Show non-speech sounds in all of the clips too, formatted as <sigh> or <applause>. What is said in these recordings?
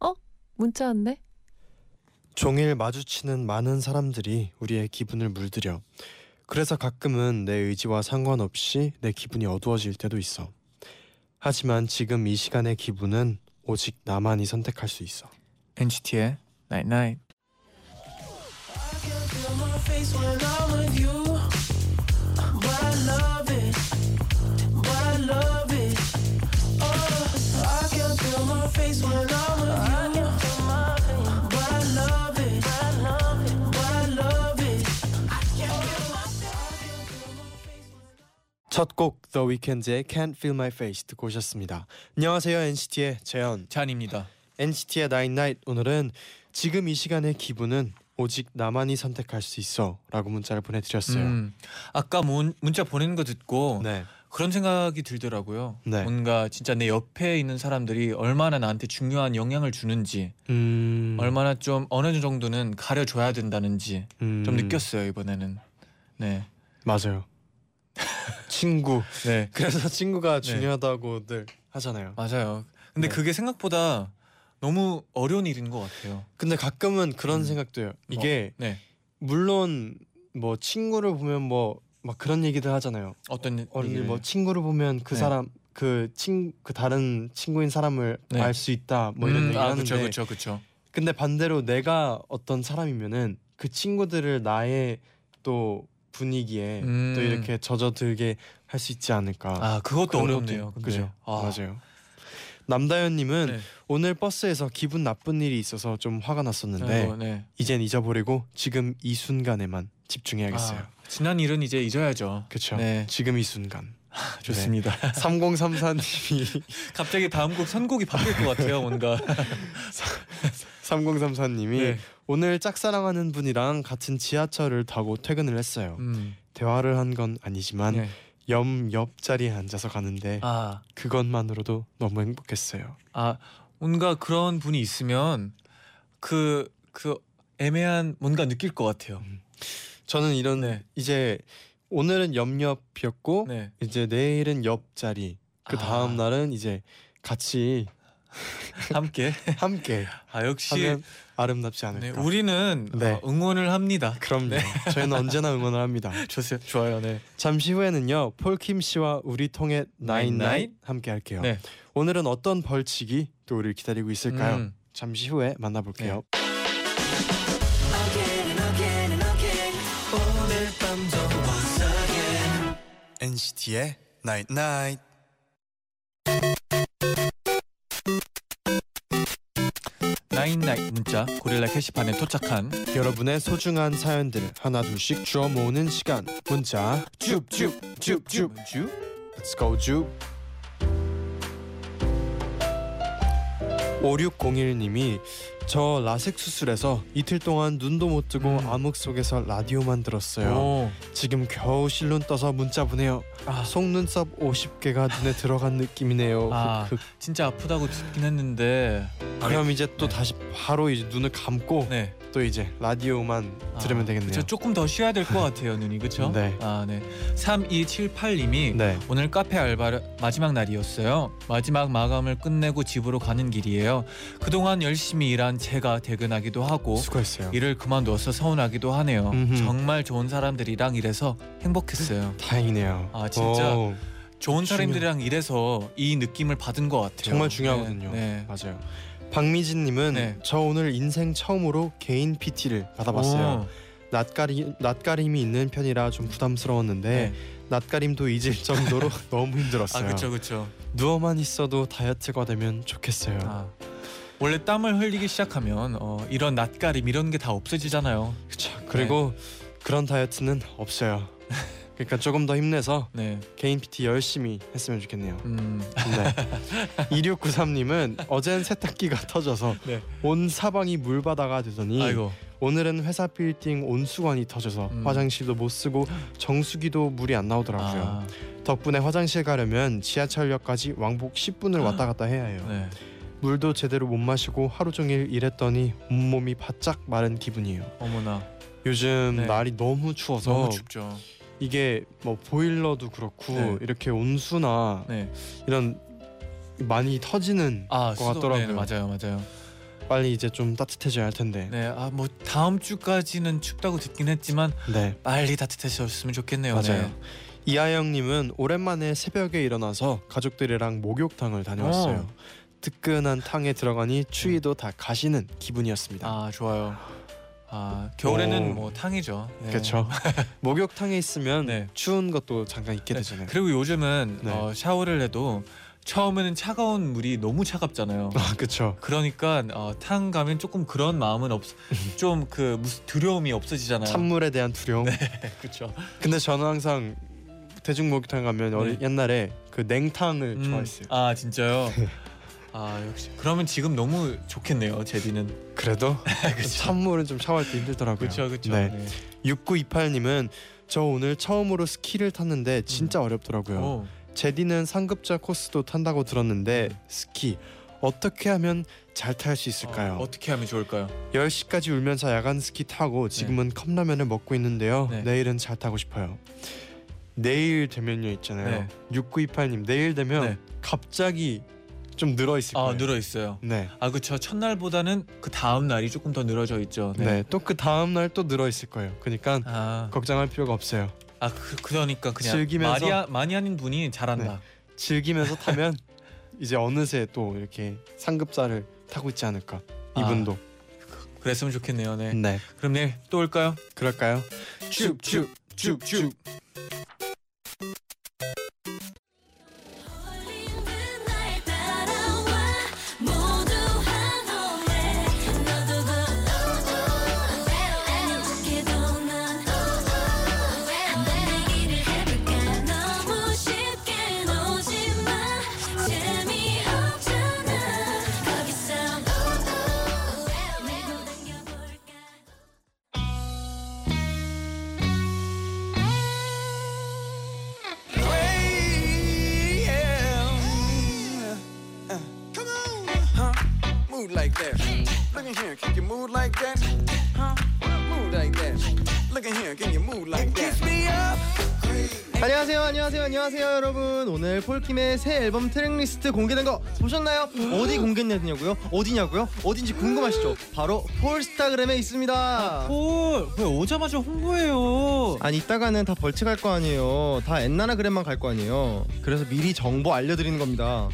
어? 문자 왔네. 종일 마주치는 많은 사람들이 우리의 기분을 물들여 그래서 가끔은 내 의지와 상관없이 내 기분이 어두워질 때도 있어 하지만 지금 이 시간의 기분은 오직 나만이 선택할 수 있어 NCT의 Night Night. I can feel my face when I'm with you. But I love it. But I love it. Oh, I can feel my face when I'm with you. But I love it. But I love it. 첫 곡 The Weeknd의 Can't Feel My Face 듣고 오셨습니다 안녕하세요 NCT의 재현 잔입니다. NCT의 Nine Night 오늘은 지금 이 시간의 기분은 오직 나만이 선택할 수 있어 라고 문자를 보내드렸어요 음, 아까 문, 문자 보내는 거 듣고 네 그런 생각이 들더라고요. 네. 뭔가 진짜 내 옆에 있는 사람들이 얼마나 나한테 중요한 영향을 주는지, 음, 얼마나 좀 어느 정도는 가려줘야 된다는지 음, 좀 느꼈어요 이번에는. 네. 맞아요 친구 네. <laughs> 그래서 친구가 중요하다고들 하잖아요. 맞아요. 근데 네. 그게 생각보다 너무 어려운 일인 것 같아요. 근데 가끔은 그런 음. 생각도 해요. 이게 네. 물론 뭐 친구를 보면 뭐 막 그런 얘기들 하잖아요. 어떤 어린이 일을- 뭐 친구를 보면 그 네. 사람 그 친 그 다른 친구인 사람을 네. 알 수 있다 뭐 이런 음, 얘기 아, 하는데 그쵸, 그쵸, 그쵸. 근데 반대로 내가 어떤 사람이면은 그 친구들을 나의 또 분위기에 음. 또 이렇게 젖어들게 할 수 있지 않을까. 아, 그것도 그런 것도 어렵네요. 있- 근데. 그죠. 아, 맞아요. 남다현님은 네. 오늘 버스에서 기분 나쁜 일이 있어서 좀 화가 났었는데 아이고, 네. 이젠 잊어버리고 지금 이 순간에만 집중해야겠어요. 아, 지난 일은 이제 잊어야죠. 그렇죠. 네. 네. 지금 이 순간. <laughs> 좋습니다. <laughs> 3034님이 <laughs> 갑자기 다음 곡 선곡이 바뀔 것 같아요, 뭔가. 3034님이 네. 오늘 짝사랑하는 분이랑 같은 지하철을 타고 퇴근을 했어요. 음. 대화를 한 건 아니지만 네. 옆 옆자리에 앉아서 가는데 아, 그것만으로도 너무 행복했어요. 아, 뭔가 그런 분이 있으면 그, 그 애매한 뭔가 느낄 것 같아요. 저는 이런 네. 이제 오늘은 옆 옆이었고 네. 이제 내일은 옆자리 그 다음 아. 날은 이제 같이 함께. 함께 아, 역시. 하면 아름답지 네, 않을까. 우리는 네. 어, 응원을 합니다. 그럼요. 저희는 언제나 응원을 합니다. 좋아요. 좋아요. 네. 잠시 후에는요 폴킴 씨와 우리 통해 나인나인 나인나인? 함께 할게요. 네. 오늘은 어떤 벌칙이 또 우리를 기다리고 있을까요? 음. 잠시 후에 만나볼게요. Again and again and again 오늘 밤도 once again NCT의 나잇 나잇. 나인나이 문자 고릴라 캐시판에 도착한 여러분의 소중한 사연들 하나 둘씩 주워 모으는 시간. 문자 줍줍줍줍. 쭉. Let's go 줍. 5601님이 저 라섹 수술해서 이틀 동안 눈도 못 뜨고 음. 암흑 속에서 라디오만 들었어요. 오. 지금 겨우 실눈 떠서 문자 보내요. 아, 속눈썹 50개가 눈에 들어간 느낌이네요. 아. 흑흑. 진짜 아프다고 듣긴 했는데 그럼 이제 또 네. 다시 바로 이제 눈을 감고 네. 또 이제 라디오만 아, 들으면 되겠네요. 그쵸, 조금 더 쉬어야 될 것 같아요, 눈이. 그렇죠? <laughs> 네. 아, 네. 3278님이 네. 오늘 카페 알바 마지막 날이었어요. 마지막 마감을 끝내고 집으로 가는 길이에요. 그동안 열심히 일한 제가 퇴근하기도 뭐 하고 수고했어요. 일을 그만두어서 서운하기도 하네요. 음흠. 정말 좋은 사람들이랑 일해서 행복했어요. 다행이네요. 아, 진짜 오, 좋은 그 중요- 사람들이랑 일해서 이 느낌을 받은 것 같아요. 정말 중요하거든요. 네. 네. 맞아요. 박미진님은 네. 저 오늘 인생 처음으로 개인 PT를 받아봤어요. 낯가리 낯가림이 있는 편이라 좀 부담스러웠는데 낯가림도 잊을 <laughs> 정도로 <laughs> 너무 네. 아, 힘들었어요. 그렇죠, 그렇죠. 누워만 있어도 다이어트가 되면 좋겠어요. 아, 원래 땀을 흘리기 시작하면 어, 이런 낯가림 이런 게 다 없어지잖아요. 네. 그쵸. 그리고 그런 다이어트는 없어요. 그러니까 조금 더 힘내서 네. 개인 PT 열심히 했으면 좋겠네요. 음. 네. <laughs> 2693님은 어젠 세탁기가 터져서 네. 온 사방이 물바다가 되더니 아이고. 오늘은 회사 빌딩 온수관이 터져서 음. 화장실도 못 쓰고 정수기도 물이 안 나오더라고요. 아, 덕분에 화장실 가려면 지하철역까지 왕복 10분을 왔다 갔다 해야 해요. 네. 물도 제대로 못 마시고 하루 종일 일했더니 온몸이 바짝 마른 기분이에요. 어머나. 어. 요즘 네. 날이 너무 추워서 너무 춥죠. 이게 뭐 보일러도 그렇고 네. 이렇게 온수나 네. 이런 많이 터지는 아, 것 같더라고요. 네, 맞아요. 맞아요. 빨리 이제 좀 따뜻해져야 할 텐데. 네. 아, 뭐 다음 주까지는 춥다고 듣긴 했지만 네. 빨리 따뜻해졌으면 좋겠네요. 맞아요. 네. 이하영님은 오랜만에 새벽에 일어나서 가족들이랑 목욕탕을 다녀왔어요. 어. 뜨끈한 탕에 들어가니 추위도 다 가시는 기분이었습니다. 아, 좋아요. 아, 겨울에는 오. 뭐 탕이죠. 네. <laughs> 그렇죠. 목욕탕에 있으면 네. 추운 것도 잠깐 있게 되잖아요. 그리고 요즘은 네. 어, 샤워를 해도 처음에는 차가운 물이 너무 차갑잖아요. 아 그렇죠. 그러니까 어, 탕 가면 조금 그런 마음은 없, 좀그 무슨 두려움이 없어지잖아요. 찬물에 대한 두려움. 그렇죠. 근데 저는 항상 대중 목욕탕 가면 어리- 네. 옛날에 그 냉탕을 좋아했어요. 네. 아 <laughs> 진짜요? 아 역시. 그러면 지금 너무 좋겠네요, 제디는. <laughs> 그래도 <laughs> 찬물은 좀 샤워할 때 힘들더라고요. 아, 그렇죠, 그렇죠. 네. 6928님은 저 오늘 처음으로 스키를 탔는데 음. 진짜 어렵더라고요. 오, 제디는 상급자 코스도 탄다고 들었는데 음. 스키 어떻게 하면 잘 탈 수 있을까요? 어, 어떻게 하면 좋을까요? 10시까지 울면서 야간 스키 타고 지금은 컵라면을 먹고 있는데요. 네. 내일은 잘 타고 싶어요. 내일 되면요 있잖아요. 6928님 내일 되면 네. 갑자기 좀 늘어 있을 아 거예요. 늘어 있어요. 네. 아 그렇죠. 첫날보다는 그 다음 날이 조금 더 늘어져 있죠. 네. 또 그 다음 날 또 늘어 있을 거예요. 그러니까 아, 걱정할 필요가 없어요. 아 그, 그러니까 그냥 즐기면서- 네. 마리아 마니아닌 분이 잘한다. 즐기면서 타면 이제 어느새 또 이렇게 상급자를 타고 있지 않을까. 이분도. 그랬으면 아, 좋겠네요. 네. 네. 그럼 내일 또 올까요? 그럴까요? 쭉쭉쭉쭉. 홀리는 날 따라와 모두 한 홀에 너도 더 아니 어떻게도 넌한번 얘기를 해볼까 너무 쉽게 놓지마 재미없잖아 거기서 매고 당겨볼까 Move like that. Look in here, can you move like that? Huh? Move like that. Look in here, can you move like that? 안녕하세요, 안녕하세요, 안녕하세요, 여러분. 오늘 폴킴의 새 앨범 트랙리스트 공개된 거 보셨나요? 어디 공개냐고요? 어디냐고요? 어딘지 궁금하시죠? 바로 폴스타그램에 있습니다. 오, 왜 오자마자 홍보해요? 아니 이따가는 다 벌칙할 거 아니에요. 다 엔나나그램만 갈 거 아니에요. 그래서 미리 정보 알려드리는 겁니다.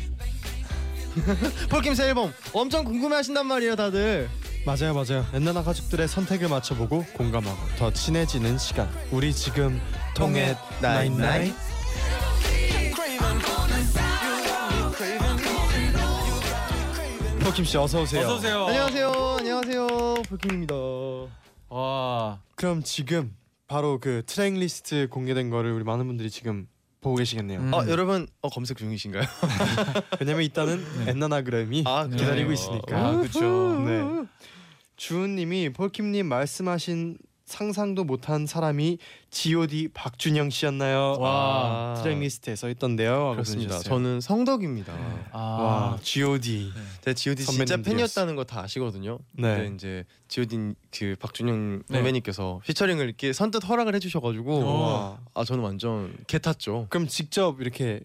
<laughs> 폴킴 새 앨범 엄청 궁금해하신단 말이에요, 다들. 맞아요 맞아요 엔나나 가족들의 선택을 맞춰보고 공감하고 더 친해지는 시간 우리 지금 통해 나잇나잇 폴킴씨 어서오세요 어서 오세요. 안녕하세요, 안녕하세요, 폴킴입니다. 와, 그럼 지금 바로 그 트랙 리스트 공개된 거를 우리 많은 분들이 지금 보고 계시겠네요 음. 아 여러분 어, 검색 중이신가요? 왜냐면 일단은 엔나나그램이 <laughs> 아, 기다리고 그래요. 있으니까 아 그렇죠. 네. 주은님이 폴킴님 말씀하신 상상도 못한 사람이 G.O.D 박준영 씨였나요? 아, 와. 트랙 리스트에 서 있던데요. 하고 아, 그렇습니다. 보내주셨어요. 저는 성덕입니다. 아, 와 G.O.D 제가 G.O.D 진짜 선배님들이었어. 팬이었다는 거 다 아시거든요. 네. 근데 이제 G.O.D 그 박준영 네. 선배님께서 피처링을 이렇게 선뜻 허락을 해주셔가지고 와. 아 저는 완전 개탔죠. 그럼 직접 이렇게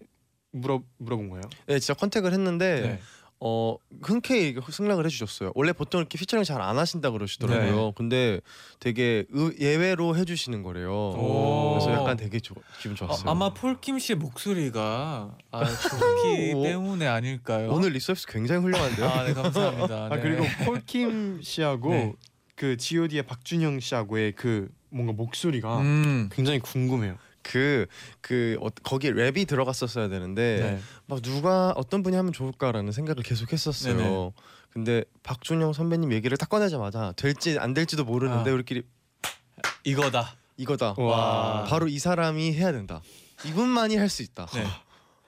물어 물어본 거예요? 네, 진짜 컨택을 했는데 네. 어 흔쾌히 이렇게 승낙을 해주셨어요. 원래 보통 이렇게 피처링 잘 안 하신다 그러시더라고요. 근데 되게 의- 예외로 해주시는 거래요. 오. 그래서 약간 되게 좋- 어, 기분 좋았어요. 아마 폴킴 씨의 목소리가 아, 좋기 <laughs> 오. 때문에 아닐까요? 오늘 리서비스 굉장히 훌륭한데요. 아, 네 <laughs> 감사합니다. 아 네. 그리고 폴킴 씨하고 네. 그 G.O.D의 박준영 씨하고의 그 뭔가 아, 목소리가 음, 굉장히 궁금해요. 그, 그 어, 거기 랩이 들어갔었어야 되는데 네. 막 누가 어떤 분이 하면 좋을까라는 생각을 계속 했었어요. 네네. 근데 박준영 선배님 얘기를 딱 꺼내자마자 될지 안 될지도 모르는데 아. 우리끼리 이거다. 이거다. 와. 바로 이 사람이 해야 된다. 이분만이 할 수 있다. 네.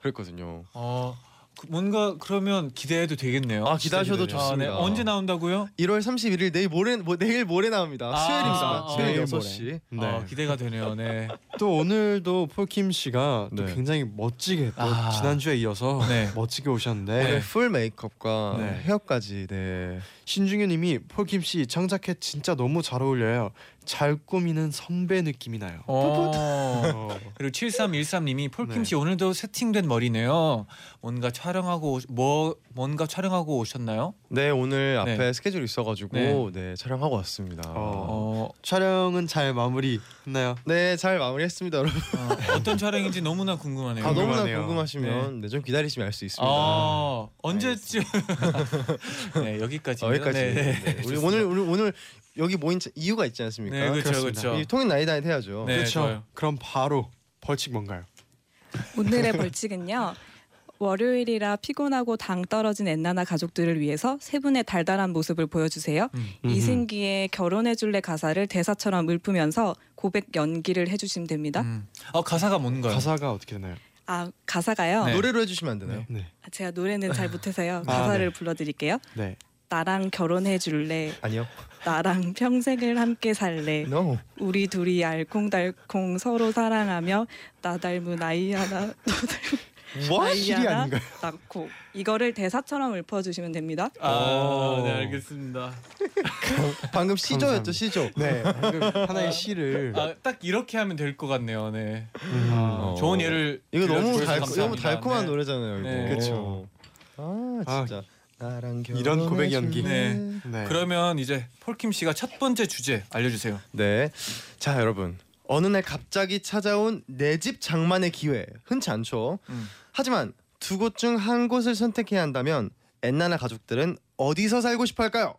그랬거든요. 어 그- 뭔가 그러면 기대해도 되겠네요. 아, 기대하셔도 아, 네. 좋습니다. 언제 나온다고요? 1월 31일 내일 모레 뭐, 내일 모레 나옵니다. 아, 수요일입니다. 아, 수요일 내일 6시. 네. 아, 기대가 되네요. 네. <laughs> 또 오늘도 폴킴 씨가 또 네. 굉장히 멋지게 또 아. 지난주에 이어서 네. <laughs> 멋지게 오셨는데 오늘 풀 메이크업과 네. 헤어까지 네. 신중현님이 폴킴 씨 청자켓 진짜 너무 잘 어울려요. 잘 꾸미는 선배 느낌이 나요. 어. 어. 그리고 7313님이 폴킴 네. 씨 오늘도 세팅된 머리네요. 뭔가 촬영하고 오시- 뭐 뭔가 촬영하고 오셨나요? 네 오늘 앞에 네. 스케줄 있어가지고 네. 네. 촬영하고 왔습니다. 어. 어, 촬영은 잘 마무리 했나요? 네잘 마무리했습니다 여러분. 어, 떤 촬영인지 너무나 궁금하네요. 아 너무나 궁금하네요. 궁금하시면 네. 좀 기다리시면 알 수 있습니다. 아, 언제쯤? <laughs> 네 여기까지. 어, 여기까지. 네, 네. <laughs> 네, 우리 오늘 우리 오늘 여기 모인 자- 이유가 있지 않습니까? 네 그렇죠 그렇습니다. 그렇죠. 이 통일 나이다이트 해야죠. 네, 그렇죠. 좋아요. 그럼 바로 벌칙 뭔가요? 오늘의 벌칙은요. 월요일이라 피곤하고 당 떨어진 엔나나 가족들을 위해서 세 분의 달달한 모습을 보여주세요. 음. 이승기의 결혼해줄래 가사를 대사처럼 읊으면서 고백 연기를 해주시면 됩니다. 음. 어 가사가 뭔가요? 가사가 어떻게 되나요? 아 가사가요. 네. 노래로 해주시면 안 되나요? 네. 아, 제가 노래는 잘 못해서요. 아, 가사를 네. 불러드릴게요. 네. 나랑 결혼해줄래. 아니요. 나랑 평생을 함께 살래. No. 우리 둘이 알콩달콩 서로 사랑하며 나 닮은 아이 하나 너 닮은 뭐? 아이 실이 하나 아닌가요? 낳고 이거를 대사처럼 읊어주시면 됩니다. 아, 네 알겠습니다. 방금 시조였죠 감사합니다. 시조. 네. 하나의 시를. 아, 딱 이렇게 하면 될 것 같네요. 네. 음. <laughs> 네. 어. 좋은 예를 이거 너무 들려주셔서 달 감사합니다. 너무 달콤한 네. 노래잖아요. 이거. 네. 그쵸. 아 진짜. 나랑 이런 고백 연기. 결혼해줄래? 네. 네. 그러면 이제 폴킴 씨가 첫 번째 주제 알려주세요. 네. 자 여러분 어느 날 갑자기 찾아온 내 집 장만의 기회 흔치 않죠. 음. 하지만 두 곳 중 한 곳을 선택해야 한다면 엔나나 가족들은 어디서 살고 싶어 할까요?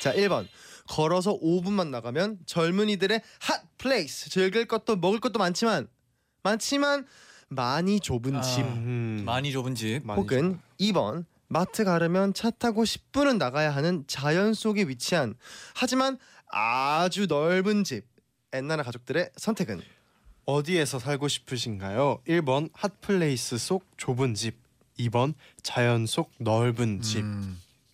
자 1번 걸어서 5분만 나가면 젊은이들의 핫 플레이스 즐길 것도 먹을 것도 많지만 많지만 많이 좁은 아. 집 음. 많이 좁은 집. 많이 혹은 2번 마트 가려면 차 타고 10분은 나가야 하는 자연 속에 위치한 하지만 아주 넓은 집 엔나나 가족들의 선택은 어디에서 살고 싶으신가요? 1번 핫플레이스 속 좁은 집 2번 자연 속 넓은 음.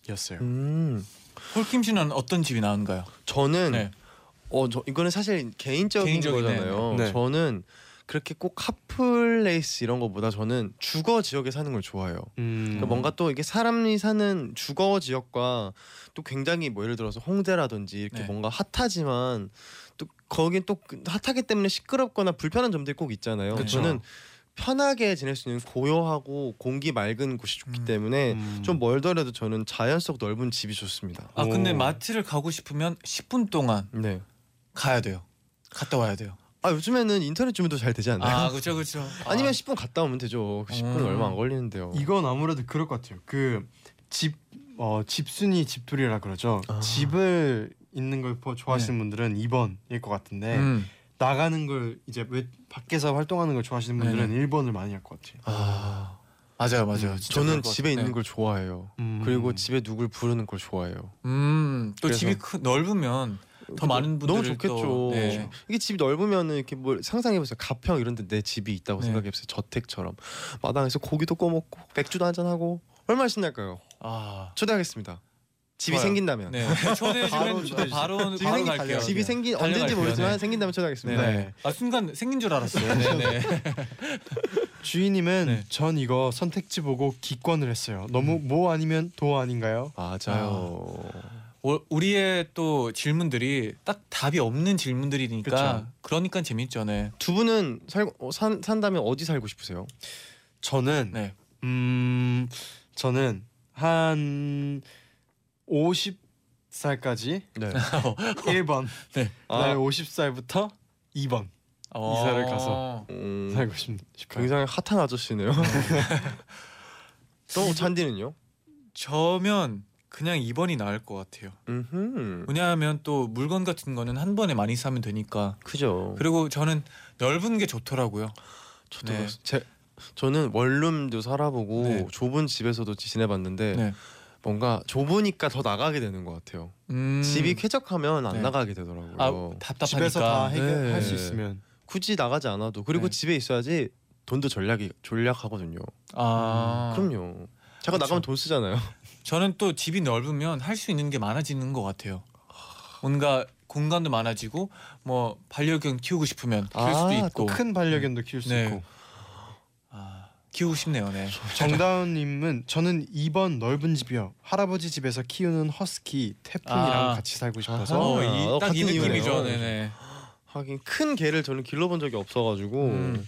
집이었어요 음 폴킴 씨는 어떤 집이 나은가요? 저는 네. 어 저 이거는 사실 개인적인 개인적이네. 거잖아요 네. 저는 그렇게 꼭 핫플레이스 이런 거보다 저는 주거 지역에 사는 걸 좋아해요 음. 그러니까 뭔가 또 이게 사람이 사는 주거 지역과 또 굉장히 뭐 예를 들어서 홍대라든지 이렇게 네. 뭔가 핫하지만 또 거긴 또 그- 핫하기 때문에 시끄럽거나 불편한 점들이 꼭 있잖아요. 그쵸. 저는 편하게 지낼 수 있는 고요하고 공기 맑은 곳이 좋기 음. 때문에 음. 좀 멀더라도 저는 자연 속 넓은 집이 좋습니다. 아 근데 오. 마트를 가고 싶으면 10분 동안 네. 가야 돼요. 갔다 와야 돼요. 아 요즘에는 인터넷 주문도 잘 되지 않나요? 아 <laughs> 아. 그렇죠 그렇죠. 니면 10분 갔다 오면 되죠. 그 10분 은 음. 얼마 안 걸리는데요. 이건 아무래도 그럴 것 같아요 그집 어, 집순이 집돌이라 그러죠 아. 네. 집을 있는 걸 보- 좋아하시는 분들은 2번일 것 같은데 음. 나가는 걸 이제 외, 밖에서 활동하는 걸 좋아하시는 분들은 네네. 1번을 많이 할 것 같아요 아, 맞아요 맞아요. 진짜 그럴 저는 것 집에 같아요. 있는 걸 좋아해요. 음. 그리고 집에 누굴 부르는 걸 좋아해요. 음, 또 그래서- 집이 크, 넓으면 더 많은 분들 너무 좋겠죠. 또, 네. 이게 집이 넓으면은 이렇게 뭘 상상해보세요. 가평 이런데 내 집이 있다고 네. 생각해보세요. 저택처럼 마당에서 고기도 구워 먹고 맥주도 한잔 하고 얼마나 신날까요? 아, 초대하겠습니다. 집이 좋아요. 생긴다면. 네. 초대해 <laughs> 바로 주면 초대해 바로 바로, 집이, 생긴, 갈게요. 집이 생긴 언제인지 달려갈게요. 모르지만 네. 생긴다면 초대하겠습니다. 네. 아 순간 생긴 줄 알았어요. 네네. 주인님은 네. 전 이거 선택지 보고 기권을 했어요 너무 음. 뭐 아니면 도 아닌가요? 맞아요. 오- 우리의 또 질문들이 딱 답이 없는 질문들이니까 그쵸. 그러니까 재밌죠, 네. 두 분은 살고 어, 산 산다면 어디 살고 싶으세요? 저는 네. 음 저는 한 50살까지 네. 1번 네. 나이 아. 50살부터 2번 어. 이사를 가서. 음, 살고 싶, 싶어요 굉장히 핫한 <laughs> 아저씨네요. 또 잔디는요? 저면 그냥 2번이 나을 것 같아요. 음. 왜냐하면 또 물건 같은 거는 한 번에 많이 사면 되니까. 그죠. 그리고 저는 넓은 게 좋더라고요. 저도 네. 그랬어요. 제 저는 원룸도 살아보고 네. 좁은 집에서도 지내봤는데 네. 뭔가 좁으니까 더 나가게 되는 것 같아요. 음. 집이 쾌적하면 안 네. 나가게 되더라고요. 아, 답답하니까. 집에서 다 해결할 네. 수 있으면 굳이 나가지 않아도 네. 그리고 집에 있어야지 돈도 전략이 전략하거든요. 아. 음, 그렇죠. 그럼요. 잠깐 나가면 돈 쓰잖아요. <laughs> 저는 또 집이 넓으면 할 수 있는 게 많아지는 것 같아요. 뭔가 공간도 많아지고 뭐 반려견 키우고 싶으면 키울 수도 아, 있고 큰 반려견도 키울 수 네. 있고 아, 키우고 싶네요. 네. 정다운님은 저는 2번 넓은 집이요 할아버지 집에서 키우는 허스키 태풍이랑 아. 같이 살고 싶어서 어, 어, 이, 딱 이 같은 이유네요. 느낌이죠. 네네. 하긴 큰 개를 저는 길러본 적이 없어가지고 음.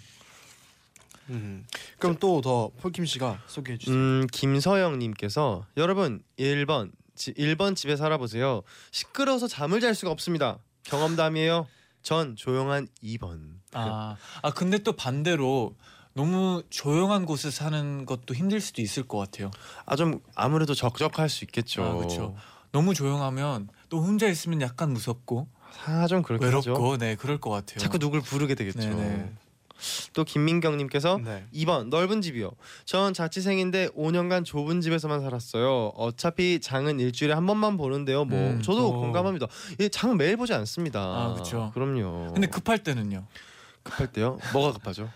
음, 음. 그럼 또 더 폴킴 씨가 소개해 주세요. 김서영님께서 음, 여러분 1번 지, 1번 집에 살아보세요. 시끄러워서 잠을 잘 수가 없습니다. 경험담이에요. 전 조용한 2번. 아, 아 근데 또 반대로 너무 조용한 곳에 사는 것도 힘들 수도 있을 것 같아요. 아 좀 아무래도 적적할 수 있겠죠. 아, 그렇죠. 너무 조용하면 또 혼자 있으면 약간 무섭고 아, 좀 그렇죠. 외롭고 네 그럴 것 같아요. 자꾸 누굴 부르게 되겠죠. 네네. 또 김민경님께서 네. 2번 넓은 집이요. 전 자취생인데 5년간 좁은 집에서만 살았어요. 어차피 장은 일주일에 한 번만 보는데요. 뭐 음, 저도 어. 공감합니다. 예, 장은 매일 보지 않습니다. 아, 그쵸. 그럼요. 근데 급할 때는요. 급할 때요. 뭐가 <laughs> 급하죠?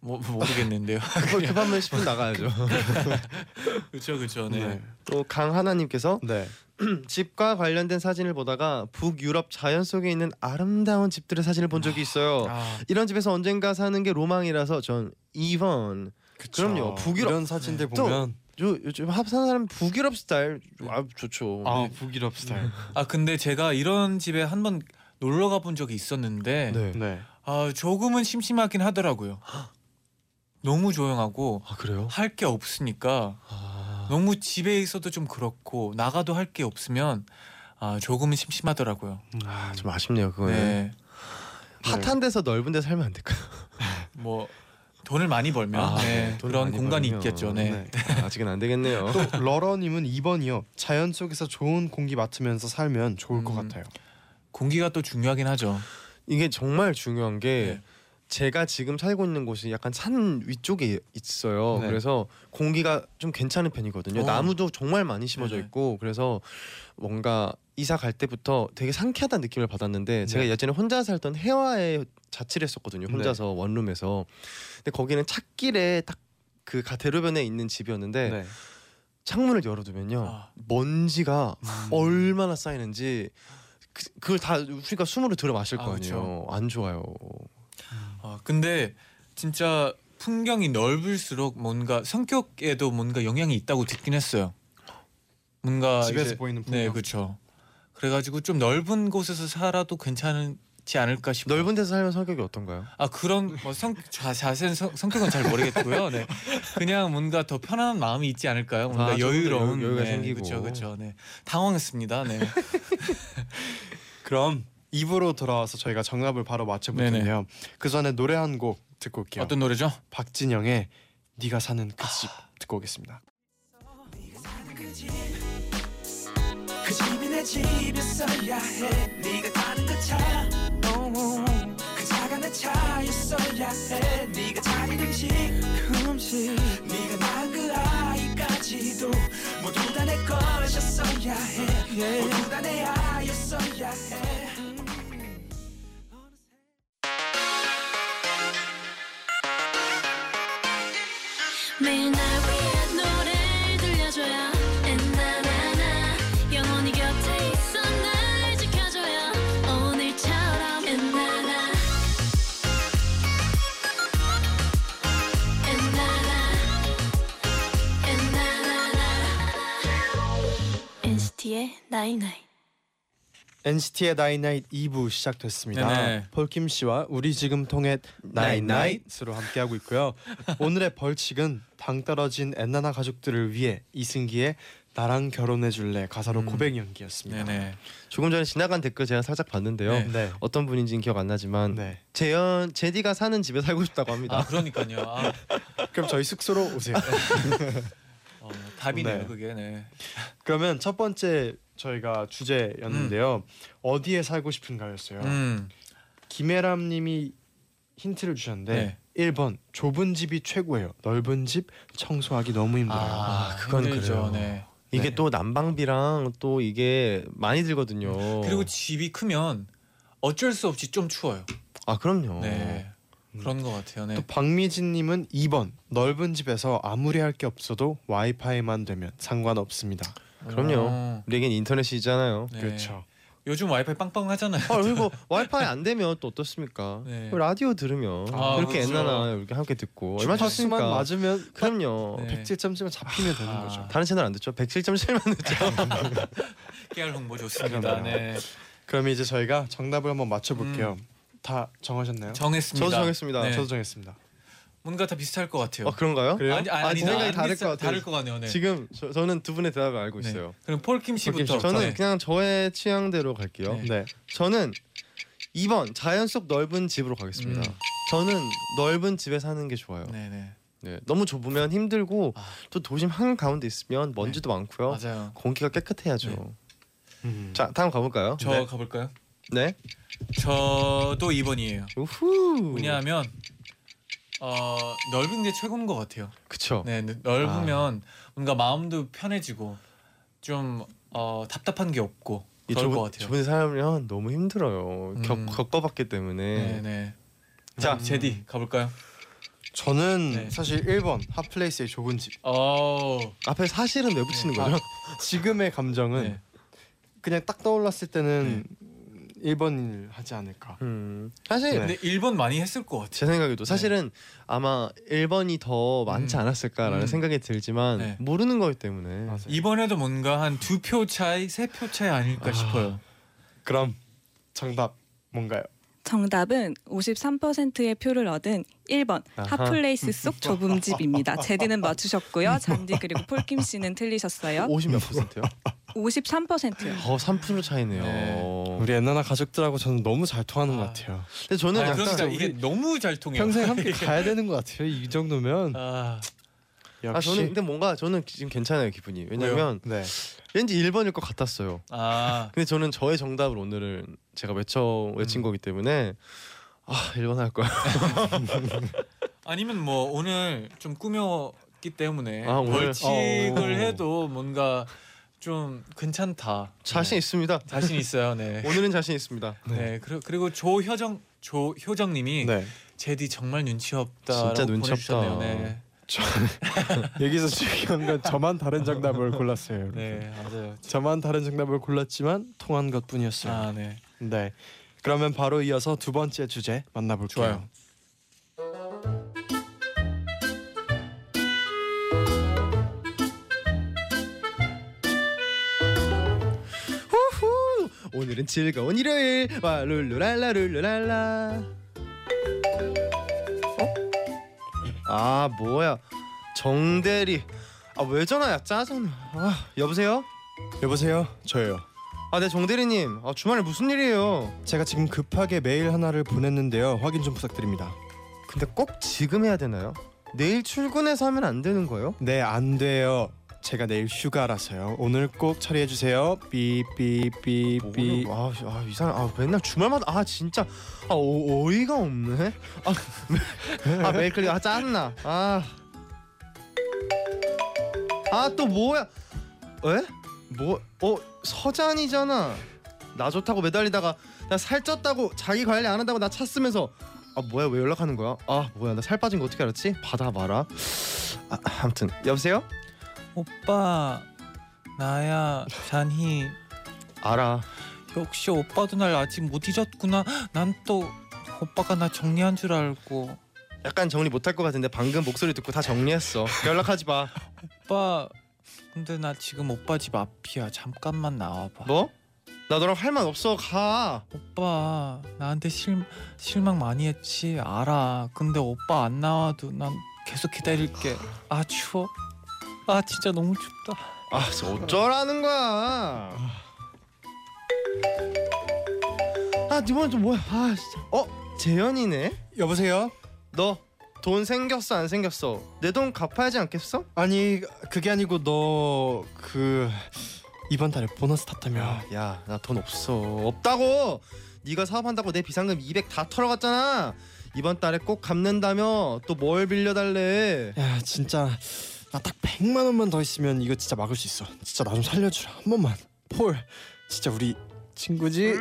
뭐 모르겠는데요. <laughs> 급하- 급하면 10분 나가야죠. <laughs> 그 그렇죠 그렇죠. 네. 네. 또 강하나님께서 네. 집과 관련된 사진을 보다가 북유럽 자연 속에 있는 아름다운 집들의 사진을 본 적이 있어요. 아, 이런 집에서 언젠가 사는 게 로망이라서 전 2번 그럼요. 북유럽. 이런 사진들 네. 보면 요, 요즘 합산 사람 북유럽 스타일 아 좋죠 아 북유럽 스타일. 아 근데 제가 이런 집에 한 번 놀러 가본 적이 있었는데 네. 네. 아 조금은 심심하긴 하더라고요. 너무 조용하고 아 그래요? 할 게 없으니까 아, 너무 집에 있어도 좀 그렇고 나가도 할 게 없으면 아 조금은 심심하더라고요. 아, 좀 아쉽네요 그거는 네. 핫한 데서 넓은 데 살면 <laughs> 안 될까요? 뭐 돈을 많이 벌면 아, 네, 네. 돈을 그런 많이 공간이 벌면. 있겠죠. 네. 네. 아, 아직은 안 되겠네요 또 러러님은 2번이요. 자연 속에서 좋은 공기 맡으면서 살면 좋을 것 음. 같아요. 공기가 또 중요하긴 하죠. 이게 정말 중요한 게 네. 제가 지금 살고 있는 곳이 약간 산 위쪽에 있어요 네. 그래서 공기가 좀 괜찮은 편이거든요 어. 나무도 정말 많이 심어져 네네. 있고 그래서 뭔가 이사 갈 때부터 되게 상쾌하다는 느낌을 받았는데 제가 네. 예전에 혼자 살던 해화에 자취를 했었거든요 네. 혼자서 원룸에서 근데 거기는 찻길에 딱 그 대로변에 있는 집이었는데 네. 음. 창문을 열어두면요 아. 먼지가 음. 얼마나 쌓이는지 그, 그걸 다 우리가 숨으로 들어 마실 아, 거 아니에요 그쵸. 안 좋아요 아, 근데 진짜 풍경이 넓을수록 뭔가 성격에도 뭔가 영향이 있다고 듣긴 했어요. 뭔가 집에서 이제- 보이는 풍경. 네, 그렇죠. 그래가지고 좀 넓은 곳에서 살아도 괜찮지 않을까 싶어요. 넓은 데서 살면 성격이 어떤가요? 아 그런 뭐성 자세한 성, 성격은 잘 모르겠고요. 네. 그냥 뭔가 더 편안한 마음이 있지 않을까요? 뭔가 아, 조금 더 여유로운 여유- 여유가 네, 생기고. 그렇죠, 그렇죠. 네. 당황했습니다. <laughs> 네. 그럼 입으로 돌아와서 저희가 정답을 바로 맞춰볼 네네. 텐데요. 그 전에 노래 한 곡 듣고 올게요. 어떤 노래죠? 박진영의 네가 사는 그 집 듣고 오겠습니다. 그 집이 내 집이었어야 해 네가 타는 그차그 차가 내 차였어야 해 네가 차린 음식 그 음식 네가 낳은 그 아이까지도 모두 다 내 것이었어야 해 모두 다 내 아이였어야 해 매일 날 위한 노래를 들려줘요 엔나나나 영원히 곁에 있어 날 지켜줘요 오늘처럼 엔나나 엔나나 엔나나나 NCT의 나이나이 NCT의 나잇나잇 2부 시작됐습니다. 네네. 폴킴 씨와 우리 지금 통해 나잇나잇으로 함께하고 <laughs> 있고요. 오늘의 벌칙은 당 떨어진 엔나나 가족들을 위해 이승기의 나랑 결혼해 줄래 가사로 음. 고백 연기였습니다. 네네. 조금 전에 지나간 댓글 제가 살짝 봤는데요 네. 네. 어떤 분인지는 기억 안 나지만 네. 재현 제디가 사는 집에 살고 싶다고 합니다 아 그러니까요. 아, 그럼 저희 숙소로 <laughs> 오세요. 어, 답이네요, 네. 그게. 네. 그러면 첫 번째 저희가 주제였는데요. 어디에 살고 싶은가였어요. 음. 김혜람 님이 힌트를 네. 주셨는데 1번 좁은 집이 최고예요. 넓은 집 청소하기 너무 힘들어요. 아, 그건 힘들죠. 그래요. 네. 이게 네. 또 난방비랑 또 이게 많이 들거든요. 그리고 집이 크면 어쩔 수 없이 좀 추워요. 아 그럼요. 네. 그런 것 같아요. 네. 또 박미진님은 2번 넓은 집에서 아무리 할 게 없어도 와이파이만 되면 상관없습니다. 그럼요. 우리에겐 인터넷이잖아요. 네. 그렇죠. 어. 요즘 와이파이 빵빵하잖아요. 아 그리고 와이파이 안 되면 또 어떻습니까? 네. 라디오 들으면 아, 그렇게 그렇죠. 옛날나 이렇게 함께 듣고 얼마 주파수만 좋습니까? 맞으면 그럼요. 네. 107점쯤은 잡히면 되는 아. 거죠. 다른 채널 안 듣죠? 107.7만 듣죠. <laughs> 깨알 홍보 좋습니다. 네. 그럼 이제 저희가 정답을 한번 맞춰볼게요. 다 정하셨나요? 음. 정했습니다. 저도 정했습니다. 네. 저도 정했습니다. 뭔가 다 비슷할 것 같아요. 아 그런가요? 그래요? 아니, 아니, 아, 아니, 생각이 안 다를 비슷- 것 같아요. 다를 것 같네요. 네. 지금 저, 저는 두 분의 대답을 알고 네. 있어요. 그럼 폴킴 씨부터. 아, 저는 네. 그냥 저의 취향대로 갈게요. 네. 네. 저는 2번 자연 속 넓은 집으로 가겠습니다. 음. 저는 넓은 집에 사는 게 좋아요. 네. 네네 너무 좁으면 힘들고 아. 네. 또 도심 한 가운데 있으면 먼지도 많고요. 맞아요. 공기가 깨끗해야죠. 네. 음. 자 다음 가볼까요? 저 네. 가볼까요? 네. 저도 2번이에요. 우후. 왜냐하면 어, 넓은 게 최고인 것 같아요. 그쵸. 네, 네, 넓으면 뭔가 마음도 편해지고 좀 어, 답답한 게 없고 이 그럴 좁은- 것 같아요. 좁은 사람이면 너무 힘들어요. 음. 겪, 겪어봤기 때문에. 네, 네. 자, 자, 제디 가볼까요? 저는 네. 사실 1번 핫플레이스의 좁은 집. 어, 앞에 사실은 왜 붙이는 네. 거죠? 아, 지금의 감정은 네. 그냥 딱 떠올랐을 때는 1번을 하지 않을까. 음. 사실 네. 근데 1번 많이 했을 것 같아요. 제 생각에도 사실은 아마 1번이 더 네. 많지 음. 않았을까라는 음. 생각이 들지만 네. 모르는 거기 때문에 맞아요. 이번에도 뭔가 한 두 표 차이, 세 표 차이 아닐까 아. 싶어요. 그럼 정답 뭔가요? 정답은 53%의 표를 얻은 1번 아하. 핫플레이스 속 좁은 집입니다. 제디는 맞추셨고요. 잔디 그리고 폴킴 씨는 틀리셨어요. 50몇 퍼센트요? 53%요. 어 3% 차이네요. 네. 우리 옛날 가족들하고 저는 너무 잘 통하는 아. 네. 것 같아요. 근데 저는 아, 약간 그러니까 이게 너무 잘 통해요. 평생 함께 가야 되는 것 같아요. 이 정도면 아, 역시. 아 저는 근데 뭔가 저는 지금 괜찮아요 기분이. 왜냐면 네. 왠지 1번일 것 같았어요. 아, 근데 저는 저의 정답을 오늘은 제가 외쳐 외친 음. 네. 거기 때문에 아 1번 할 거야. 아니면 뭐 오늘 좀 꾸몄기 때문에 아, 오늘? 벌칙을 어. 해도 뭔가 좀 괜찮다. 자신 네. 있습니다. 자신 있어요. <laughs> 네. 오늘은 자신 있습니다. 네. 그리고 그리고 조효정 조효정님이 네. 제디 정말 눈치 없다라고 진짜 눈치 보내주셨네요. 없다. 네. 네. 여기서 중요한 건 저만 다른 정답을 골랐어요. 여러분. 네, 맞아요. 저만 다른 정답을 골랐지만 통한 것뿐이었어요. 아, 네. 네. 그러면 바로 이어서 두 번째 주제 만나볼게요. 좋아요. 후후 오늘은 즐거운 일요일 와 룰루랄라 룰루랄라 어? 아 뭐야 정대리 아 왜 전화야 짜증나 아, 여보세요 여보세요. 저예요. 아네 정대리님 아 주말에 무슨 일이에요 제가 지금 급하게 메일 하나를 보냈는데요. 확인 좀 부탁드립니다. 근데 꼭 지금 해야 되나요 내일 출근해서 하면 안 되는 거예요 네, 안 돼요. 제가 내일 휴가라서요. 오늘 꼭 처리해 주세요. 오늘 삐삐삐삐. 아, 아 이상해 아 맨날 주말마다 아 진짜 아 어, 어이가 없네 아, 메- 아 메이클리 아 짜증나 아아 또 뭐야 에? 뭐어 서잔이잖아 나 좋다고 매달리다가 나 살쪘다고 자기 관리 안 한다고 나 찼으면서 아 뭐야 왜 연락하는 거야 아 뭐야 나 살 빠진 거 어떻게 알았지 받아 봐라 아, 아무튼 여보세요 오빠 나야 잔희 알아 역시 오빠도 날 아직 못 잊었구나. 난 또 오빠가 나 정리한 줄 알고 약간 정리 못할 것 같은데 방금 목소리 듣고 다 정리했어 연락하지 마 오빠 근데 나 지금 오빠 집 앞이야. 잠깐만 나와봐. 뭐? 나 너랑 할 말 없어 가. 오빠 나한테 실, 실망 많이 했지 알아. 근데 오빠 안 나와도 난 계속 기다릴게. 아 추워. 아 진짜 너무 춥다. 아 진짜 어쩌라는 거야. 아 이번엔 또 뭐야? 아 진짜. 어 재현이네. 여보세요. 너 돈 생겼어 안 생겼어? 내 돈 갚아야지 않겠어? 아니 그게 아니고 너 그 이번 달에 보너스 탔다며. 야 나 돈 없어 없다고. 네가 사업한다고 내 비상금 200 다 털어갔잖아. 이번 달에 꼭 갚는다며 또 뭘 빌려달래? 야 진짜 나 딱 100만 원만 더 있으면 이거 진짜 막을 수 있어. 진짜 나 좀 살려주라. 한 번만. 폴. 진짜 우리 친구지?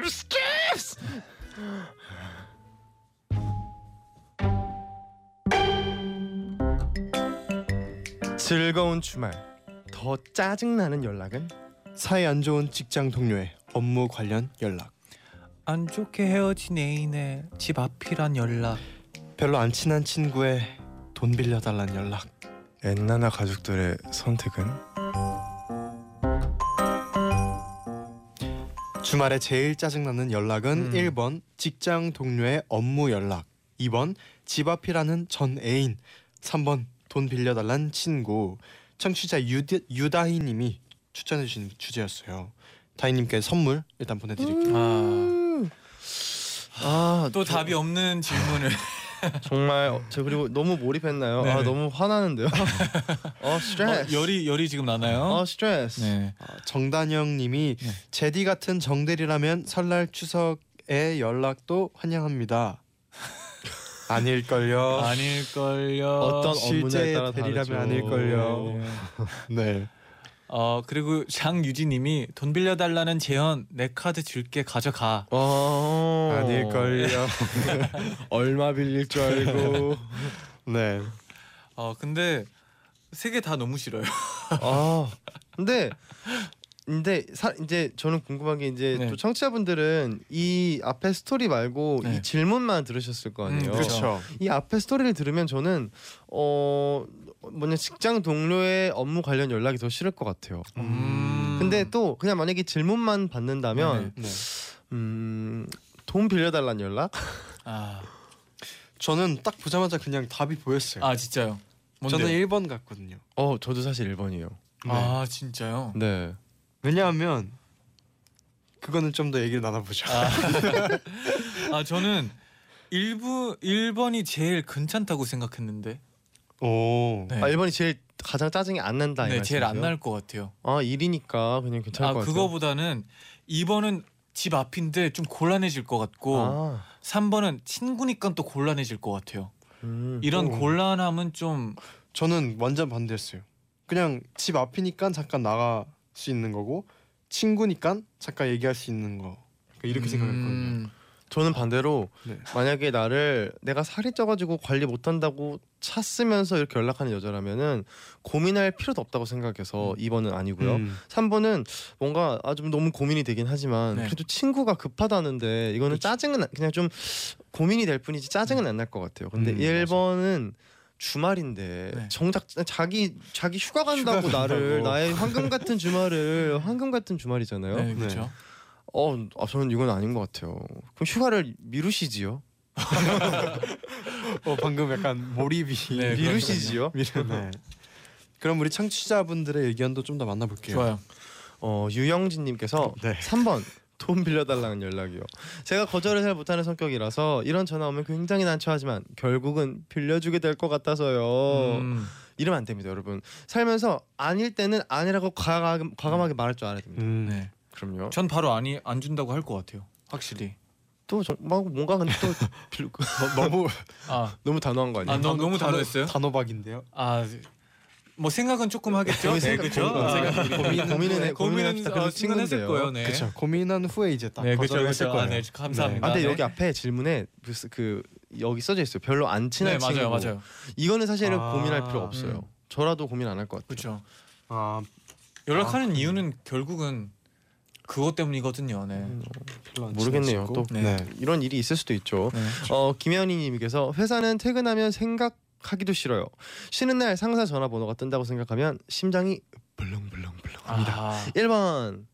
즐거운 주말. 더 짜증나는 연락은 사이 안 좋은 직장 동료의 업무 관련 연락. 안 좋게 헤어진 애인의 집 앞이란 연락 별로 안 친한 친구의 돈 빌려달란 연락. 엔나나 가족들의 선택은 주말에 제일 짜증나는 연락은 음. 1번 직장 동료의 업무 연락, 2번 집 앞이라는 전 애인, 3번 돈 빌려달란 친구. 청취자 유디, 유다희님이 추천해 주신 주제였어요. 다희님께 선물 일단 보내드릴게요. 아, 아, 또 답이 없는 <laughs> 질문을 정말 어, 저 그리고 너무 몰입했나요? 아 네네. 너무 <laughs> 화나는데요. 어 어, 스트레스. 열이 열이 지금 나나요? 어 스트레스. 네. 아, 정단영님이 네. 제디 같은 정대리라면 설날 추석에 연락도 환영합니다. 아닐걸요. 아닐걸요. 어. 네. 어떤 업무냐에 실제 따라 대리라면 다르죠. 아닐걸요. 네. 어 그리고 장유진님이 돈 빌려달라는 재현 내 카드 줄게 가져가. 어 아닐걸요. 얼마 빌릴 <laughs> 줄 알고. 네. 어 근데 세 개 다 너무 싫어요. 아 근데 근데 사, 이제 저는 궁금한 게 이제 네. 또 청취자분들은 이 앞에 스토리 말고 네. 이 질문만 들으셨을 거 음, 아니에요. 그렇죠. 이 앞에 스토리를 들으면 저는 어 뭐냐 직장 동료의 업무 관련 연락이 더 싫을 것 같아요. 음. 근데 또 그냥 만약에 질문만 받는다면 네. 음돈 빌려달라는 연락? 아, 저는 딱 보자마자 그냥 답이 보였어요. 아 진짜요? 뭔데요? 네. 저는 1번 같거든요. 어 저도 사실 1번이에요. 아 진짜요? 네. 왜냐하면 그거는 좀 더 얘기를 나눠보자. 아, 아 저는 일부 1번이 제일 괜찮다고 생각했는데. <laughs> 오. 네. 아 1번이 제일 가장 짜증이 안 난다 이 네, 제일 안 말씀이세요? 날 것 같아요. 아 일이니까 그냥 괜찮을 아 것 같아요. 그거보다는 2번은 집 앞인데 좀 곤란해질 것 같고 아, 3번은 친구니까 또 곤란해질 것 같아요. 음. 이런 오. 곤란함은 좀 저는 완전 반대였어요. 그냥 집 앞이니까 잠깐 나갈 수 있는 거고 친구니까 잠깐 얘기할 수 있는 거. 그러니까 이렇게 생각했거든요. 음, 저는 반대로 네. 만약에 나를 내가 살이 쪄가지고 관리 못한다고 찾으면서 이렇게 연락하는 여자라면은 고민할 필요도 없다고 생각해서 2번은 아니고요. 음. 3번은 뭔가 아 좀 너무 고민이 되긴 하지만 네. 그래도 친구가 급하다는데 이거는 짜증은 안- 그냥 좀 고민이 될 뿐이지 짜증은 안 날 것 같아요. 근데 음, 맞아. 1번은 주말인데 네. 정작 자기 자기 휴가 간다고 휴가 나를 간다고. 나의 황금 같은 주말을 황금 같은 주말이잖아요. 네, 그렇죠. 어, 아, 저는 이건 아닌 것 같아요. 그럼 휴가를 미루시지요? 어, 방금 약간 몰입이 네, 미루시지요? 미루네. 그럼 우리 청취자분들의 의견도 좀 더 만나볼게요. 좋아요. 어, 유영진님께서 네. 3번 돈 빌려달라는 연락이요. 제가 거절을 잘 못하는 성격이라서 이런 전화 오면 굉장히 난처하지만 결국은 빌려주게 될 것 같아서요. 음, 이러면 안 됩니다, 여러분. 살면서 아닐 때는 아니라고 과감, 과감하게 말할 줄 알아야 됩니다. 음. 네. 그럼요. 전 바로 아니 안 준다고 할 것 같아요. 확실히. 또 저- 막 뭔가 근데 또 빌- <laughs> 너무 아, 너무 단호한 거 아니에요? 어, 아 너, 너무 단호했어요? 단호박인데요. 아뭐 생각은 조금 하겠죠. 네, 저희 생각- 그렇죠. 고민- 고민은- 아, 고민은- 네, 고민은 고민은 합시다. 어, 그래도 친구는 했을 친구인데요. 거예요. 네. 그렇죠. 고민한 후에 이제 딱 네, 그렇죠. 거절했을 그렇죠. 거예요. 아, 네, 감사합니다. 아, 근데 네. 여기 앞에 질문에 그, 그 여기 써져 있어요. 별로 안 친한 네, 맞아요, 친구. 맞아요. 이거는 사실은 아, 고민할 필요 없어요. 음. 저라도 고민 안 할 것 같아요. 그렇죠. 아 연락하는 이유는 결국은 그것 때문이거든요. 네. 별로 안 모르겠네요, 친해지고. 또. 네. 이런 일이 있을 수도 있죠. 네. 어 김현희님께서 회사는 퇴근하면 생각하기도 싫어요. 쉬는 날 상사 전화번호가 뜬다고 생각하면 심장이 블렁블렁블렁합니다. 아, 1번.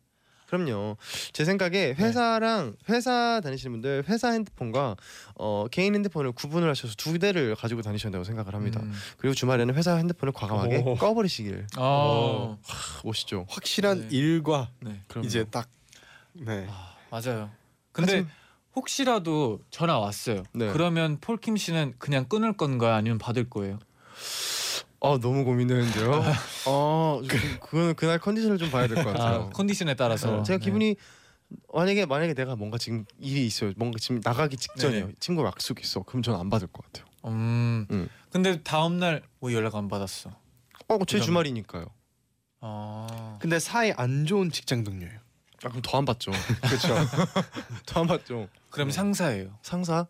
그럼요. 제 생각에 회사랑 회사 다니시는 분들 회사 핸드폰과 어, 개인 핸드폰을 구분을 하셔서 두 대를 가지고 다니셔야 된다고 생각을 합니다. 음. 그리고 주말에는 회사 핸드폰을 과감하게 오. 꺼버리시길 아, 멋있죠. 확실한 네. 일과 네. 이제 딱 네. 아, 맞아요. 근데 하지만- 혹시라도 전화 왔어요. 네. 그러면 폴킴 씨는 그냥 끊을 건가요? 아니면 받을 거예요? 아 너무 고민되는데요. <laughs> 아 그, 그거는 그날 컨디션을 좀 봐야 될 것 아, 같아요. 컨디션에 따라서. 네, 그렇죠. 제가 네. 기분이 만약에 만약에 내가 뭔가 지금 일이 있어요. 뭔가 지금 나가기 직전이에요. 네네. 친구 약속 있어. 그럼 저는 안 받을 것 같아요. 음. 음. 근데 다음 날 왜 연락 안 받았어? 어제 주말이니까요. 아, 그 근데 사이 안 좋은 직장 동료예요. 아 그럼 더 안 받죠. 그렇죠. <laughs> 더 안 받죠. 그럼 상사예요. 상사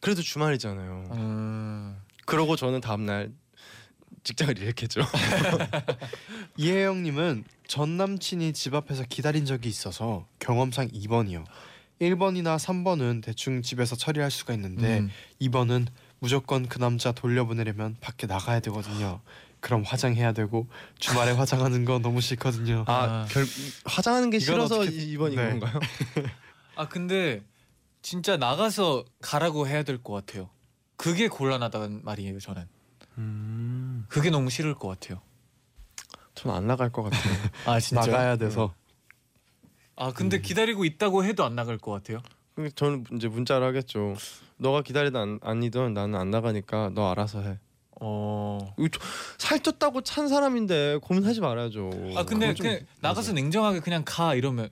그래도 주말이잖아요. 음, 그러고 저는 다음 날 직장을 잃겠죠. 이혜영님은 전 남친이 집 앞에서 기다린 적이 있어서 경험상 2번이요. 1번이나 3번은 대충 집에서 처리할 수가 네. 있는데 음. 2번은 무조건 그 남자 돌려보내려면 밖에 나가야 되거든요. 그럼 화장해야 되고 주말에 화장하는 거 너무 싫거든요. 아, <laughs> 결 화장하는 게 이건 싫어서 어떻게- 이 2번인 네. 건가요? <laughs> 아 근데 진짜 나가서 가라고 해야 될 것 같아요. 그게 곤란하다는 말이에요. 저는 그게 너무 싫을 것 같아요. 저는 안 나갈 것 같아요. 음. 아 나가야 돼서 아 근데 기다리고 있다고 해도 안 나갈 것 같아요. 근데 저는 이제 문자를 하겠죠. 너가 기다리든 안- 아니든 나는 안 나가니까 너 알아서 해. 어. 살쪘다고 찬 사람인데 고민하지 말아야죠. 아 근데 그건 좀- 그냥 나가서 냉정하게 그냥 가 이러면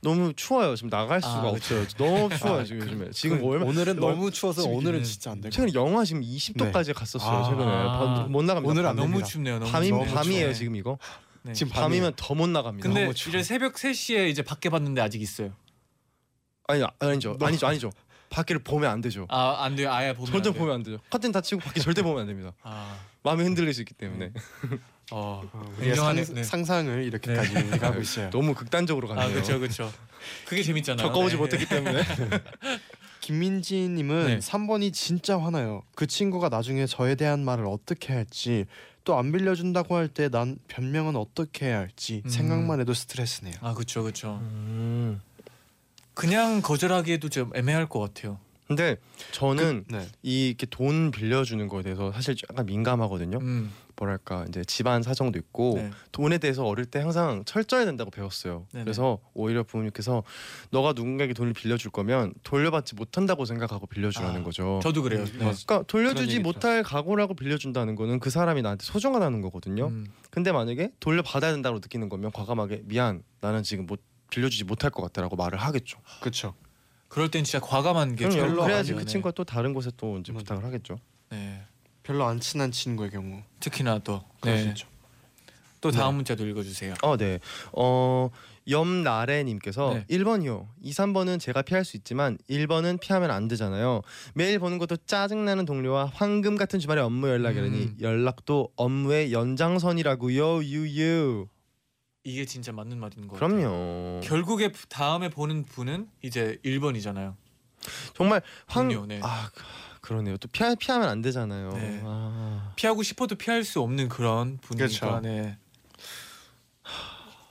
너무 추워요. 지금 나갈 수가 아, <laughs> 없어요. 너무 추워요 아, 지금 요즘에. 지금 뭐 얼마 오늘은 얼마- 너무 추워서 지금 오늘은 이제는- 진짜 안 되고 최근에 영하 지금 20도까지 갔었어요. 아. 최근에 밤- 못 나갑니다. 오늘 안 너무 됩니다. 춥네요. 네. 너무 밤이 춥네요. 밤이에요 네. 지금 이거. 네. 지금 밤이에요. 밤이면 더 못 나갑니다. 근데 너무 추- 이제 새벽 3시에 이제 밖에 봤는데 아직 있어요. 아니 아, 아니죠 아니죠 아니죠. 밖을 보면 안 되죠. 아안 돼요. 아예 보면 절대 안 돼요. 보면 안 되죠. 커튼 닫히고 밖에 절대 보면 안 됩니다. 아. 마음이 흔들릴 수 있기 때문에 어. 어, 우리의 상, 냉정하네. 네. 상상을 이렇게까지 우리가 하고 있어요. 너무 극단적으로 가네요. 아 그렇죠 그렇죠. <laughs> 그게 재밌잖아요. 겪어보지 네. 못했기 때문에 <laughs> 김민지님은 네. 3번이 진짜 화나요. 그 친구가 나중에 저에 대한 말을 어떻게 할지 또 안 빌려준다고 할 때 난 변명은 어떻게 해야 할지 음. 생각만 해도 스트레스네요. 아 그렇죠 그렇죠. 음. 그냥 거절하기에도 좀 애매할 것 같아요. 근데 그 저는 네. 이 이렇게 돈 빌려주는 거에 대해서 사실 약간 민감하거든요. 음. 뭐랄까 이제 집안 사정도 있고 네. 돈에 대해서 어릴 때 항상 철저해야 된다고 배웠어요. 네네. 그래서 오히려 부모님께서 너가 누군가에게 돈을 빌려줄 거면 돌려받지 못한다고 생각하고 빌려주라는 아, 거죠. 저도 그래요. 네. 네. 그러니까 그런 돌려주지 얘기죠. 못할 각오라고 빌려준다는 거는 그 사람이 나한테 소중하다는 거거든요. 음. 근데 만약에 돌려받아야 된다고 느끼는 거면 과감하게 미안 나는 지금 못 빌려주지 못할 것 같다라고 말을 하겠죠. 그렇죠. 그럴 땐 진짜 과감한 게 그럼 별로 그래야지 아니에요. 그 네. 음. 친구가 또 다른 곳에 또 이제 맞아요. 부탁을 하겠죠. 네. 별로 안 친한 친구의 경우 특히나 또. 그럴 수 네. 있죠. 또 다음 네. 문자도 읽어주세요. 어, 네. 어, 염나래님께서 네. 1번이요. 2, 3번은 제가 피할 수 있지만 1번은 피하면 안 되잖아요. 매일 보는 것도 짜증나는 동료와 황금 같은 주말에 업무 연락이라니 음. 연락도 업무의 연장선이라고요. 유유. 이게 진짜 맞는 말인 거 같아요. 그럼요. 결국에 부- 다음에 보는 분은 이제 1번이잖아요. 정말 황. 동료, 네. 아 그- 그러네요. 또 피하, 피하면 안 되잖아요. 네. 아. 피하고 싶어도 피할 수 없는 그런 분이니까. 그렇죠. 네.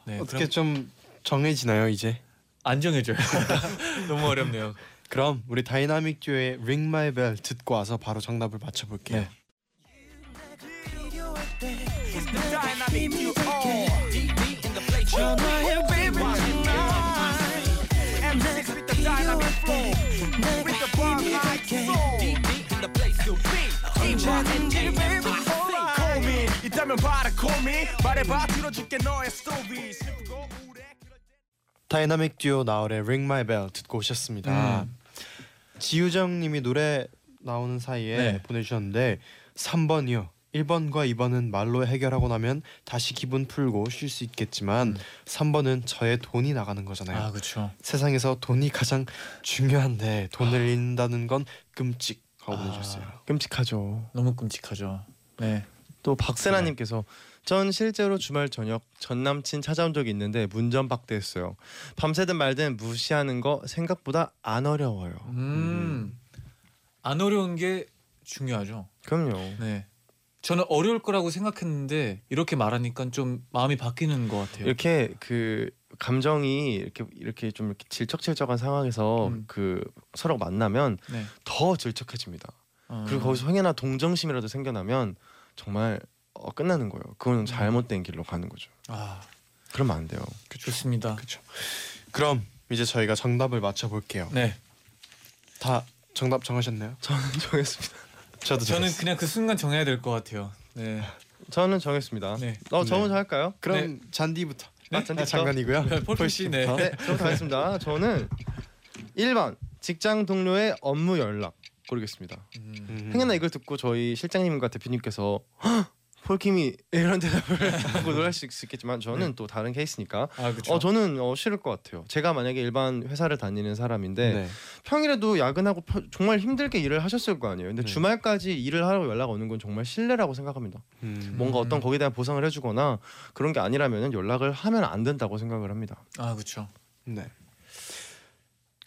네. 어떻게 어떻게 좀 정해지나요 이제? 안정해줘요. <laughs> 너무 어렵네요. 그럼 우리 다이나믹 듀오의 Ring My Bell 듣고 와서 바로 정답을 맞춰볼게요. 네. 다이나믹 듀오 나얼의 Ring My Bell 듣고 오셨습니다. 음. 지유정님이 노래 나오는 사이에 네. 보내주셨는데 3번이요. 1번과 2번은 말로 해결하고 나면 다시 기분 풀고 쉴 수 있겠지만 3번은 저의 돈이 나가는 거잖아요. 음. 아 그렇죠. 세상에서 돈이 가장 중요한데 돈을 잃는다는 건 끔찍하고 아. 보내주셨어요. 끔찍하죠. 너무 끔찍하죠. 네. 또 박세나님께서 전 실제로 주말 저녁 전 남친 찾아온 적이 있는데 문전박대했어요. 밤새든 말든 무시하는 거 생각보다 안 어려워요. 음. 안 어려운 게 중요하죠. 그럼요. 네. 저는 어려울 거라고 생각했는데 이렇게 말하니까 좀 마음이 바뀌는 것 같아요. 이렇게 그 감정이 이렇게 이렇게 좀 이렇게 질척질척한 상황에서 음. 그 서로 만나면 네. 더 질척해집니다. 어. 그리고 거기서 행여나 동정심이라도 생겨나면 정말 어, 끝나는 거예요. 그거는 잘못된 길로 가는 거죠. 아 그러면 안 돼요. 좋습니다. 그럼 이제 저희가 정답을 맞춰볼게요. 네. 다 정답 정하셨나요? 저는 정했습니다. 저도 저는 정했어요. 그냥 그 순간 정해야 될 것 같아요. 네. 저는 정했습니다. 네. 어, 저 네. 먼저 할까요? 그럼 잔디부터. 네? 아, 잔디 장난이고요. 폴씨 네. 네, 저부터 가겠습니다. 저는 1번 직장 동료의 업무 연락 고르겠습니다. 음. 음. 행여나 이걸 듣고 저희 실장님과 대표님께서 "헉, 폴킴이 이런 대답을 <laughs> 하고 놀랄 수 있- 있겠지만 저는 또 다른 케이스니까 아 네. 그렇죠. 어 저는 어, 싫을 것 같아요. 제가 만약에 일반 회사를 다니는 사람인데 네. 평일에도 야근하고 펴- 정말 힘들게 일을 하셨을 거 아니에요. 근데 네. 주말까지 일을 하라고 연락 오는 건 정말 신뢰라고 생각합니다. 음. 뭔가 음. 어떤 거기에 대한 보상을 해주거나 그런 게 아니라면 연락을 하면 안 된다고 생각을 합니다. 아 그렇죠. 네.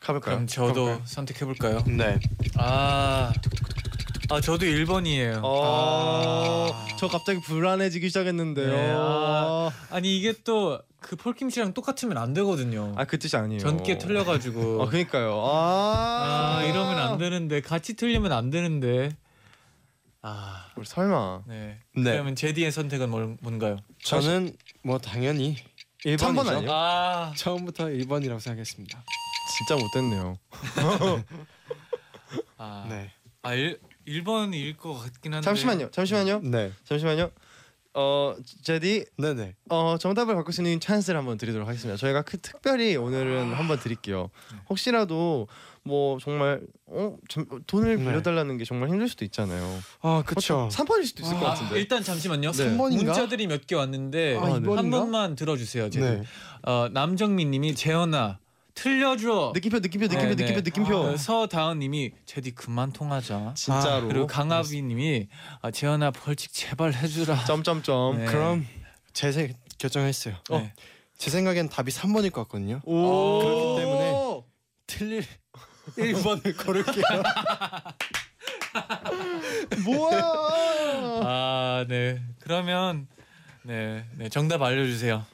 가볼까요? 그럼 저도 가볼까요? 선택해 볼까요? 네. 아, 아 저도 1번이에요. 어, 아. 저 갑자기 불안해지기 시작했는데요. 네, 아, 아. 아니 이게 또 그 폴킴씨랑 똑같으면 안 되거든요. 그 뜻이 아니에요. 전께 틀려가지고. 아, 그니까요. 아, 아 이러면 안 되는데 같이 틀리면 안 되는데. 아 우리 설마. 네. 네. 그러면 제디의 선택은 뭘, 뭔가요? 저는 뭐 당연히 1번이죠. 번 아니에요? 아 처음부터 1번이라고 생각했습니다. 진짜 못됐네요. 아, 네. 아 1, 1번일 것 같긴 한데. 잠시만요. 잠시만요. 네. 잠시만요. 어 제디 네, 네. 어 정답을 바꿀 수 있는 찬스를 한번 드리도록 하겠습니다. 저희가 그, 특별히 오늘은 한번 드릴게요. 혹시라도 뭐 정말 어 좀, 돈을 네. 빌려달라는 게 정말 힘들 수도 있잖아요. 아, 그쵸. 3번일 수도 있을 아, 것 아, 같은데. 일단 잠시만요. 네. 삼 3번인가? 문자들이 몇 개 왔는데 아, 한 이번인가? 번만 들어주세요. 제디. 네. 어, 남정민님이 재현아 틀려줘. 느낌표 느낌표 느낌표 네, 네. 느낌표 느낌표. 아, 어, 서다은님이 제디 그만 통하자. 진짜로. 그리고 강아비님이 아, 재현아 벌칙 제발 해주라. 점점점. 네. 그럼 제 생- 결정했어요. 네. 제 생각엔 답이 3번일 것 같거든요. 오. 그렇기 때문에 틀릴 1번을 고를게요. 뭐야? 아 네. 그러면 네, 네 정답 알려주세요.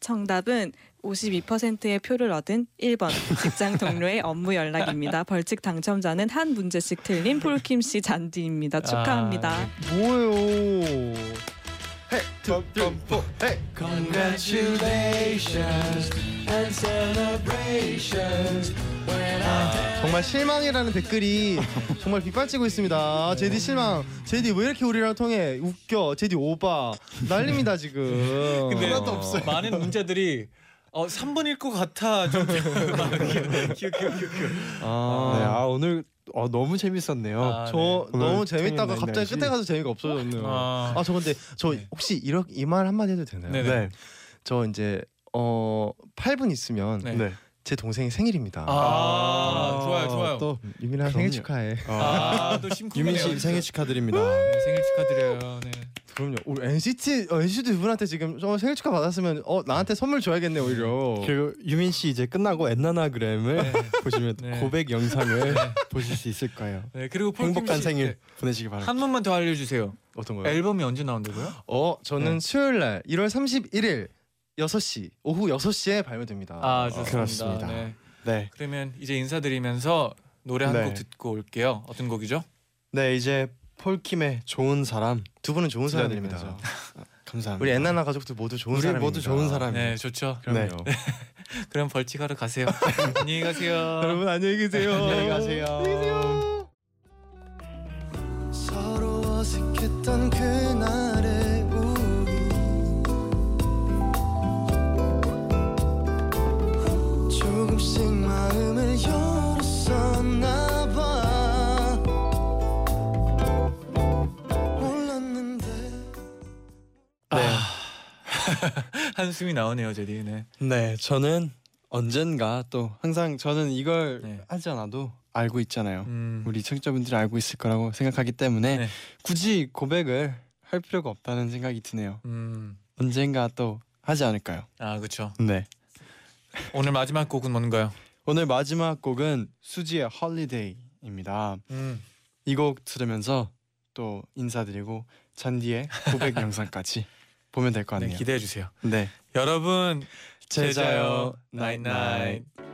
정답은 52%의 표를 얻은 1번 직장 동료의 업무 연락입니다. 벌칙 당첨자는 한 문제씩 틀린 폴킴 씨 잔디입니다. 축하합니다. 네. 아, 뭐예요? 헤, 투, 뚜, 포, 헤. Congratulations and celebrations when I 아, 정말 실망이라는 댓글이 정말 빗발치고 있습니다. 제디 실망. 제디 왜 이렇게 우리랑 통해 웃겨? 제디 오바. 난립니다 지금. 근데 네. 많은 문자들이 어 3번일 것 같아. 좀 <laughs> 기억 기억 기억. 네, 아, 아 오늘 어, 너무 재밌었네요. 아, 저 네. 너무 오늘 재밌다가 청인 갑자기 날씨. 끝에 가서 재미가 없어졌네요. 아. 아 저 근데 저 네. 혹시 이렇게 이말 한마디 해도 되나요? 네네. 네. 저 이제 어 8분 있으면 네. 네. 제 동생이 생일입니다. 아, 좋아요 좋아요. 또 유민아 생일 그럼요. 축하해. <laughs> 아또 네, 심쿵. 어. 유민 씨 생일 축하드립니다. 생일 축하드려요. 네. 그럼요. 우리 NCT 어, NCT 두 분한테 지금 저 생일 축하 받았으면 어 나한테 선물 줘야겠네 오히려. 그리고 유민 씨 이제 끝나고 엔나나그램을 보시면 네. 고백 영상을 보실 수 있을 거예요. 네 그리고 폴킴 행복한 씨, 생일 보내시기 네, 바랍니다. 한 번만 더 알려주세요. 어떤 거요? 앨범이 언제 나온다고요? 어 저는 네. 수요일 날 1월 31일 6시 오후 6시에 발매됩니다. 아 좋습니다. 그렇습니다. 네. 네. 그러면 이제 인사드리면서 노래 한 네. 곡 듣고 올게요. 어떤 곡이죠? 네, 이제 폴킴의 좋은 사람 두 분은 좋은 사람들입니다. 들려드리면서 감사합니다. <laughs> 우리 엔나나 가족들 모두 좋은 우리 사람입니다. 모두 좋은 사람이에요. 네 좋죠. 그럼요. 그럼 벌칙하러 <laughs> 가세요. 안녕히 가세요. 여러분 안녕히 계세요. 안녕히 가세요. 서로 어색했던 그날의 우리 조금씩 마음을 열었었나봐 몰랐는데 한숨이 나오네요, 제디. 네. 네, 저는 언젠가 또 항상 저는 이걸 네. 하지 않아도 알고 있잖아요. 음. 우리 청자분들이 알고 있을 거라고 생각하기 때문에 네. 굳이 고백을 할 필요가 없다는 생각이 드네요. 음. 언젠가 또 하지 않을까요? 아 그렇죠. 네. 오늘 마지막 곡은 뭔가요? 오늘 마지막 곡은 수지의 홀리데이입니다. 음. 이 곡 들으면서 또 인사드리고 잔디의 <laughs> 고백 영상까지 보면 될 것 네 같네요. 기대해 주세요. 네. 여러분 제자요 나잇나잇. 나잇나잇.